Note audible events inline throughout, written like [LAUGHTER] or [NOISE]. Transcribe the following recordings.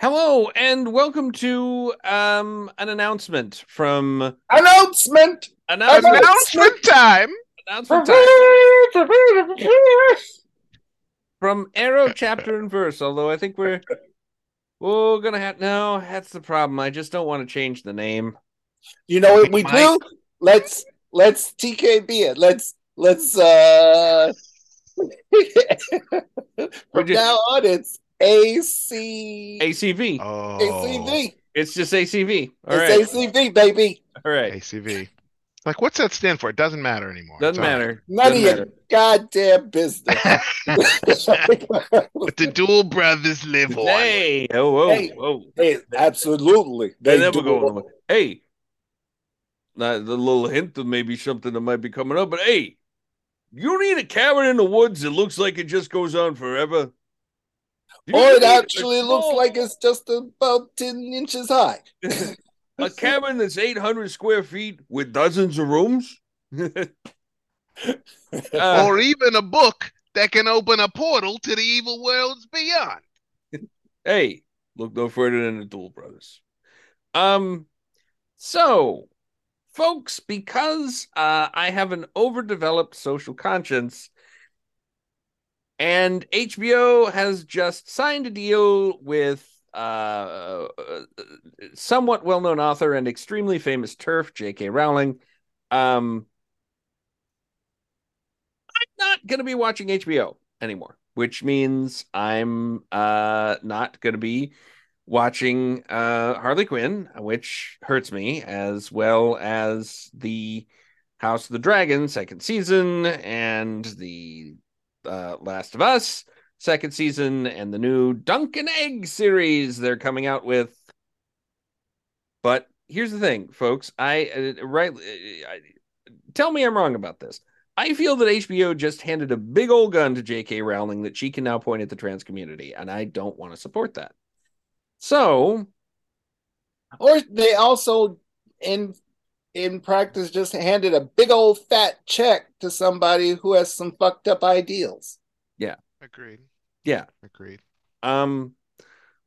Hello and welcome to um an announcement from Announcement! announcement, Announcement time. announcement time from Arrow chapter and verse. Although I think we're oh gonna have no. That's the problem. I just don't want to change the name. You know what we Mike. do? Let's let's TKB it. Let's let's uh [LAUGHS] from just- now on it's AC ACV. Oh, ACV. It's just ACV. All right. It's ACV, baby. All right. ACV. Like, what's that stand for? It doesn't matter anymore. It's Doesn't all right. matter. None of Doesn't your matter. goddamn business. [LAUGHS] [LAUGHS] But the dual brothers live on. Hey. Oh. Whoa. Hey. Whoa. Hey, absolutely. They They never do. go on the way. Hey, now the little hint of maybe something that might be coming up, but hey, you need a cabin in the woods that looks like it just goes on forever. You Or it need a actually looks small- like it's just about ten inches high. [LAUGHS] a cabin that's 800 square feet with dozens of rooms. [LAUGHS] [LAUGHS] Uh, Or even a book that can open a portal to the evil worlds beyond. hey, look no further than the Duel Brothers. Um, so, folks, because uh, I have an overdeveloped social conscience, and HBO has just signed a deal with uh, somewhat well-known author and extremely famous turf J.K. Rowling. Um, I'm not going to be watching HBO anymore, which means I'm uh, not going to be watching uh, Harley Quinn, which hurts me, as well as the House of the Dragon second season and the uh, Last of Us second season and the new Dunkin' Egg series they're coming out with. But here's the thing, folks. I uh, right. I, tell me I'm wrong about this. I feel that HBO just handed a big old gun to J.K. Rowling that she can now point at the trans community, and I don't want to support that. So, Or they also in in practice just handed a big old fat check to somebody who has some fucked up ideals. Agreed. Yeah. Agreed. um,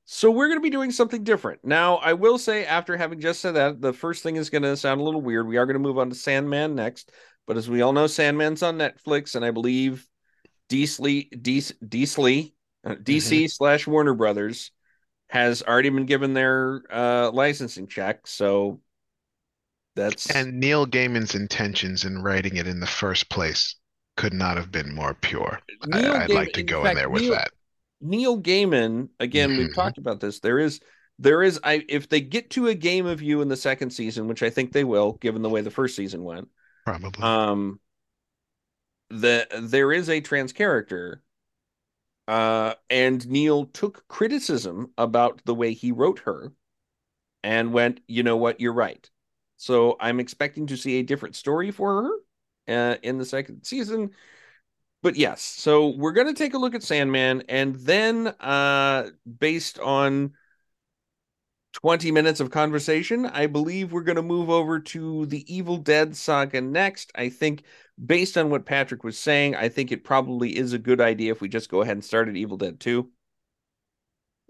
so we're going to be doing something different. Now, I will say, after having just said that, the first thing is going to sound a little weird. We are going to move on to Sandman next, but as we all know, Sandman's on Netflix, and I believe Deasley, Deas- Deasley, uh, DC slash Warner Brothers has already been given their uh, licensing check. So that's And Neil Gaiman's intentions in writing it in the first place could not have been more pure. I, Neil would like Gaiman- to in go in fact, there with Neil- that. Neil Gaiman, again, we've Mhm. talked about this. There is, there is, I if they get to a game of you in the second season, which I think they will, given the way the first season went, Probably. um, the there is a trans character, uh, and Neil took criticism about the way he wrote her, and went, you know what, you're right. So I'm expecting to see a different story for her uh, in the second season but yes so we're going to take a look at sandman and then uh based on 20 minutes of conversation i believe we're going to move over to the evil dead saga next i think based on what patrick was saying i think it probably is a good idea if we just go ahead and start at evil dead 2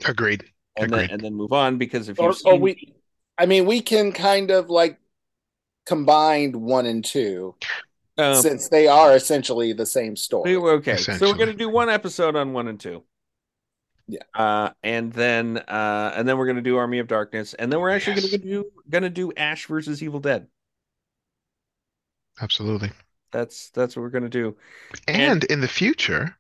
Agreed. and then Agreed. and then move on because if you Or, or we I mean we can kind of like combined one and two Um, since they are essentially the same story. uh, Okay, so we're Essentially. gonna do one episode on one and two. Yeah. Uh, and then uh, and then we're gonna do Army of Darkness, and then we're actually Yes. gonna do gonna do Ash versus Evil Dead. Absolutely. That's that's what we're gonna do. And in the future,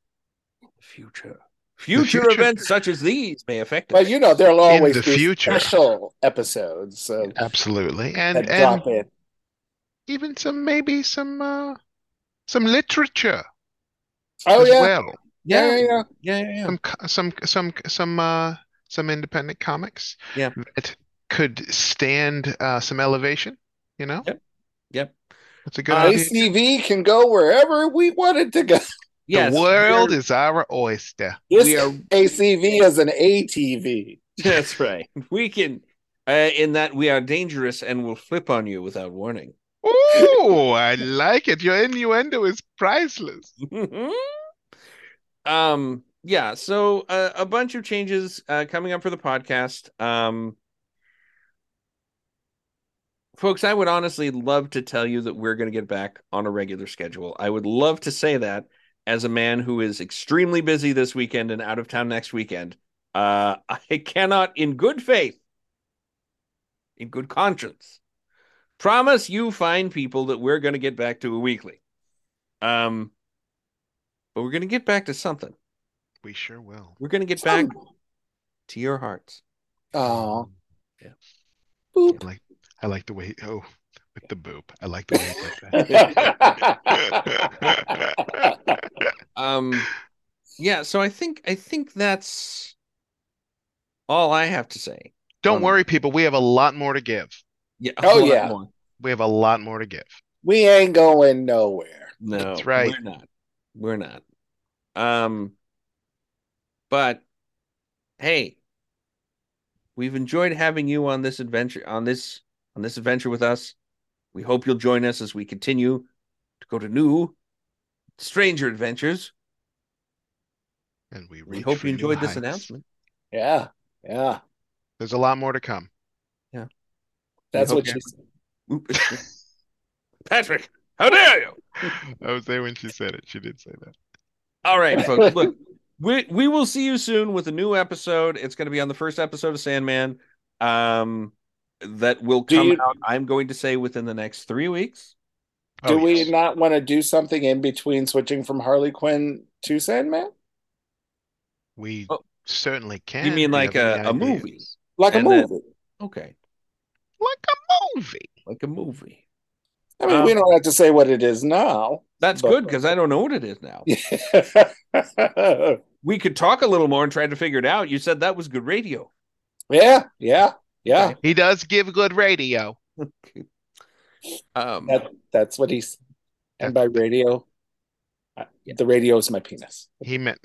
Future. Future, future- events such as these may affect us. But you know there'll always the be future. special episodes so absolutely. And that and drop in. even some maybe some uh some literature Oh as yeah. well. Yeah, yeah, yeah. yeah, yeah, yeah. Some co- some some some uh some independent comics Yeah. that could stand uh some elevation, you know? Yep. Yep. That's a good Uh, idea. ACV can go wherever we want it to go. The Yes, world we're- is our oyster. This we are ACV is an ATV. that's right. [LAUGHS] We can uh, in that we are dangerous and will flip on you without warning. Ooh, I like it. Your innuendo is priceless. [LAUGHS] um yeah, so uh, a bunch of changes uh, coming up for the podcast. Um, folks, I would honestly love to tell you that we're going to get back on a regular schedule. I would love to say that as a man who is extremely busy this weekend and out of town next weekend. Uh, [LAUGHS] I cannot, in good faith, in good conscience, promise you fine people that we're going to get back to a weekly. Um, but we're going to get back to something. We sure will. We're going to get back to your hearts. Oh, I like I like the way oh with the boop. I like the way it did that. [LAUGHS] um yeah so i think i think that's all i have to say Don't Um, worry, people. We have a lot more to give. yeah a Oh, lot yeah. more. We have a lot more to give. [LAUGHS] we ain't going nowhere. no That's right. we're not we're not um but hey we've enjoyed having you on this adventure on this on this adventure with us we hope you'll join us as we continue to go to new stranger adventures And we, we reach hope for you new enjoyed this heights. announcement Yeah, yeah. There's a lot more to come. [LAUGHS] That's hope what you- you said. Oop. [LAUGHS] patrick how dare you I was there when she said it. She did say that. All right, folks. Look, [LAUGHS] we we will see you soon with a new episode. It's going to be on the first episode of Sandman. Um, that will Do come you- out. I'm going to say within the next three weeks. Do Oh, we yes. not want to do something in between switching from Harley Quinn to Sandman? We Oh. certainly can. You mean We like have a, many a movie? ideas. Like a And then- movie. Okay, Like a movie. like a movie. I mean, um, we don't have to say what it is now. [LAUGHS] That's But- good because I don't know what it is now. We could talk a little more and try to figure it out. You said that was good radio. yeah, yeah, yeah. Okay. He does give good radio. Um, That, that's what he's. And by radio, I- Yeah. the radio is [LAUGHS] my penis. He meant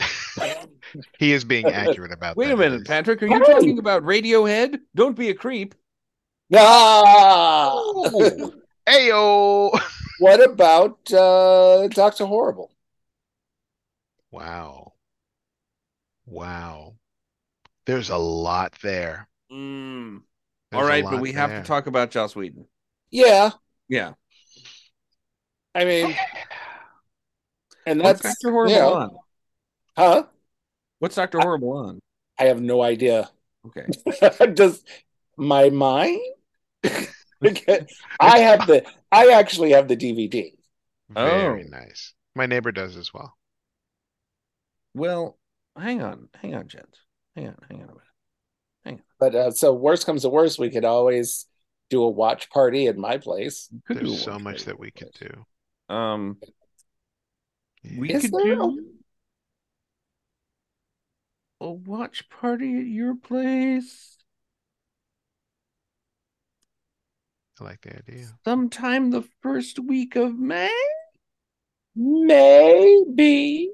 [LAUGHS] he is being accurate about wait a that, at minute, least. Patrick. Are you Hey! talking about Radiohead? Don't be a creep. Ah! [LAUGHS] [LAUGHS] Ooh. Ayo! what about uh, Doctor Horrible? Wow. Wow. There's a lot there. Mm, There's All a right, but lot we have there. to talk about Joss Whedon. Yeah, Yeah. [SIGHS] I mean, and What's that's Doctor Horrible yeah. on? huh? What's Doctor Horrible on? I have no idea. [LAUGHS] Okay. Does my mind? [LAUGHS] I have the. I actually have the DVD. Very Oh. nice. My neighbor does as well. Well, hang on, hang on, gents. Hang on, hang on a minute. But uh, so worst comes to worst, we could always do a watch party at my place. We could do There's a so watch much party that we could with do. this. Um, Yeah. we Is could there do a watch party at your place I like the idea. sometime the first week of May. Maybe.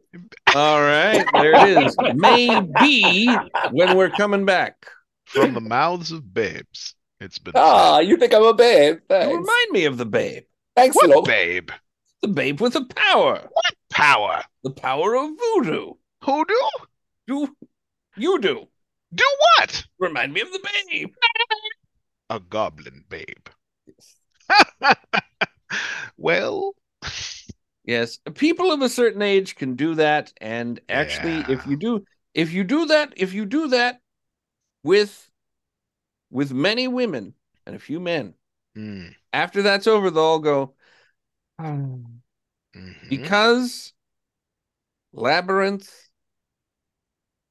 All right, there it is. Maybe when we're coming back. From the mouths of babes. It's been Ah, said. you think I'm a babe? You Thanks. remind me of the babe, Thanks, What Lord. babe? the babe with the power, Power. the power of voodoo. Who do? Do you do Do what? remind me of the babe? A goblin babe. [LAUGHS] well, Yes, people of a certain age can do that, and actually, if Yeah. you do, if you do that, if you do that with with many women and a few men, mm, after that's over, they'll all go mhm. because labyrinth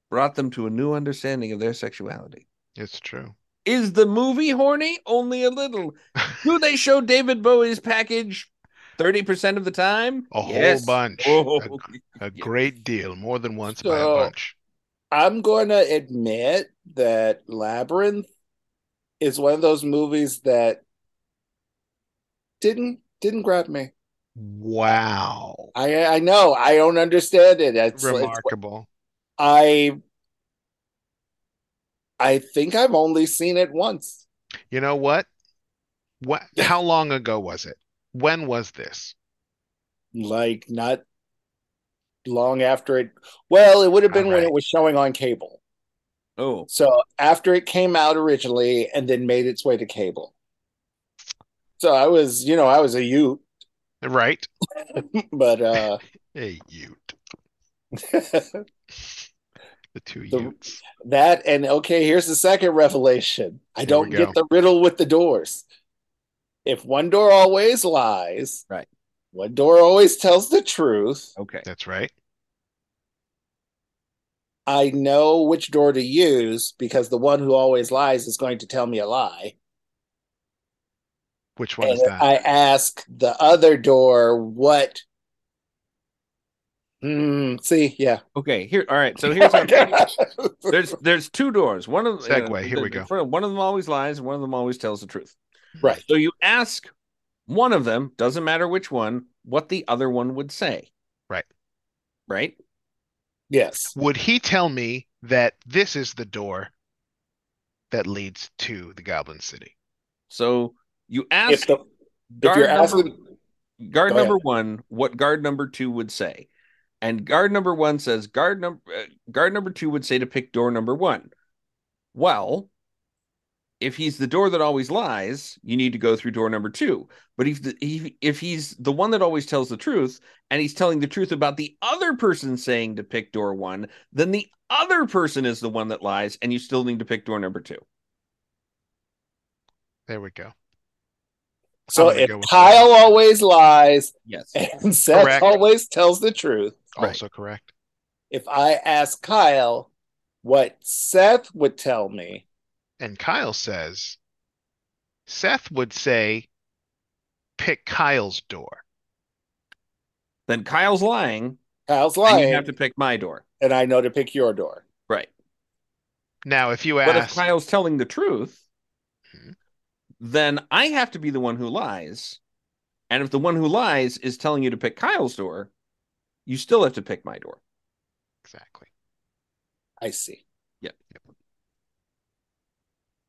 brought them to a new understanding of their sexuality. it's true. Is the movie horny? Only a [LAUGHS] little. Do they show David Bowie's package thirty percent of the time? A Yes. whole bunch. Oh, [LAUGHS] A, a yeah. great deal. More than once by a So- bunch. I'm going to admit that Labyrinth is one of those movies that didn't didn't grab me. Wow. I I know I don't understand it. It's, it's Remarkable. I I think I've only seen it once. You know what? What? How long ago was it? When was this? Like not long after it. Well, it would have been All when right. it was showing on cable. Oh, So after it came out originally and then made its way to cable. So I was, you know, I was a youth, Right? but uh [LAUGHS] A Ute. The two The- Utes. that and okay, here's the second revelation. I Here we don't go. get the riddle with the doors. If one door always lies, Right. One door always tells the truth. okay. That's right. I know which door to use because the one who always lies is going to tell me a lie. Which one is and that? I ask the other door what. Hmm. See, yeah. Okay, here. All right. So [LAUGHS] here's [LAUGHS] how, There's there's there's two doors. One of Segue, here we go. One of them always lies, and one of them always tells the truth. Right. So you ask one of them, doesn't matter which one, what the other one would say. Right. Right? Yes. Would he tell me that this is the door that leads to the Goblin City? So you If ask the if guard you're number, asking, guard Go ahead. number one what guard number two would say. And guard number one says guard number uh, guard number two would say to pick door number one. Well, if he's the door that always lies, you need to go through door number two. But if the, if, if he's the one that always tells the truth and he's telling the truth about the other person saying to pick door one, then the other person is the one that lies, and you still need to pick door number two. There we go. so I'm gonna if go with Kyle that. always lies [LAUGHS] Yes. and Seth Correct. always tells the truth, Right. Also correct. if I ask Kyle what Seth would tell me, And Kyle says Seth would say, pick Kyle's door. Then Kyle's lying, Kyle's and lying, you have to pick my door. and I know to pick your door. Right. Now, if you But if ask, Kyle's telling the truth, Mhm. then I have to be the one who lies. And if the one who lies is telling you to pick Kyle's door, you still have to pick my [LAUGHS] door. [LAUGHS] exactly. I see. Yeah.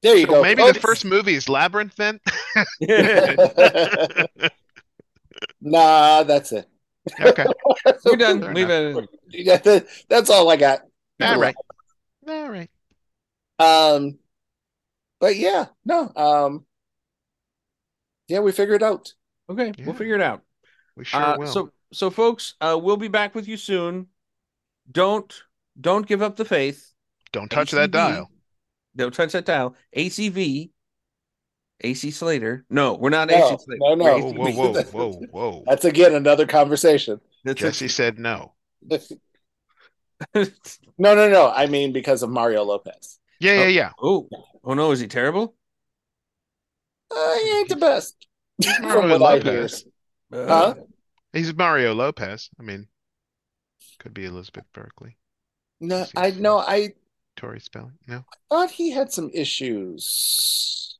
There you So go. Oh, maybe the folks. first movie is Labyrinth [LAUGHS] then? We're [LAUGHS] nah, that's it. Okay. done. Fair We've uh, [LAUGHS] Yeah, that- that's all I got. All right. All right. Um, but yeah, no. Um, yeah, we figured it out. okay. Yeah. We'll figure it out. We sure Uh, will. So, so folks, uh, we'll be back with you soon. Don't don't give up the faith. Don't touch ACV. that dial. Don't touch that dial. ACV, AC Slater. No, we're not No, AC Slater. no, no. We're Whoa, ACV. [LAUGHS] whoa, whoa, whoa, whoa. That's again another conversation. [LAUGHS] That's it. Jesse said no. no, no, no. I mean, because of Mario Lopez. Yeah, Oh. yeah, yeah. [LAUGHS] oh, oh no, is he terrible? Uh, he ain't the best. From Mario what I hear. Lopez. Uh, Huh? He's Mario Lopez. I mean, could be Elizabeth Berkley, No, I know. I Tori Spelling. No, thought he had some issues,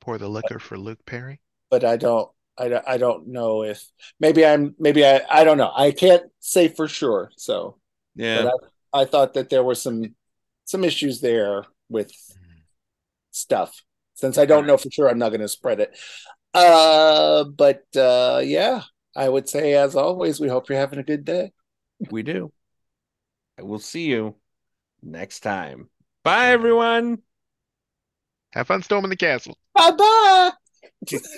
pour the liquor for Luke Perry. but I don't. I, don't- I don't know if maybe I'm maybe I I don't know. I can't say for sure. So. Yeah. But I, I thought that there were some some issues there with stuff. Since I don't know for sure, I'm not going to spread it. Uh, but uh, yeah, I would say as always, we hope you're having a good day. We do. I will see you next time. Bye, everyone. Have fun storming the castle. Bye bye.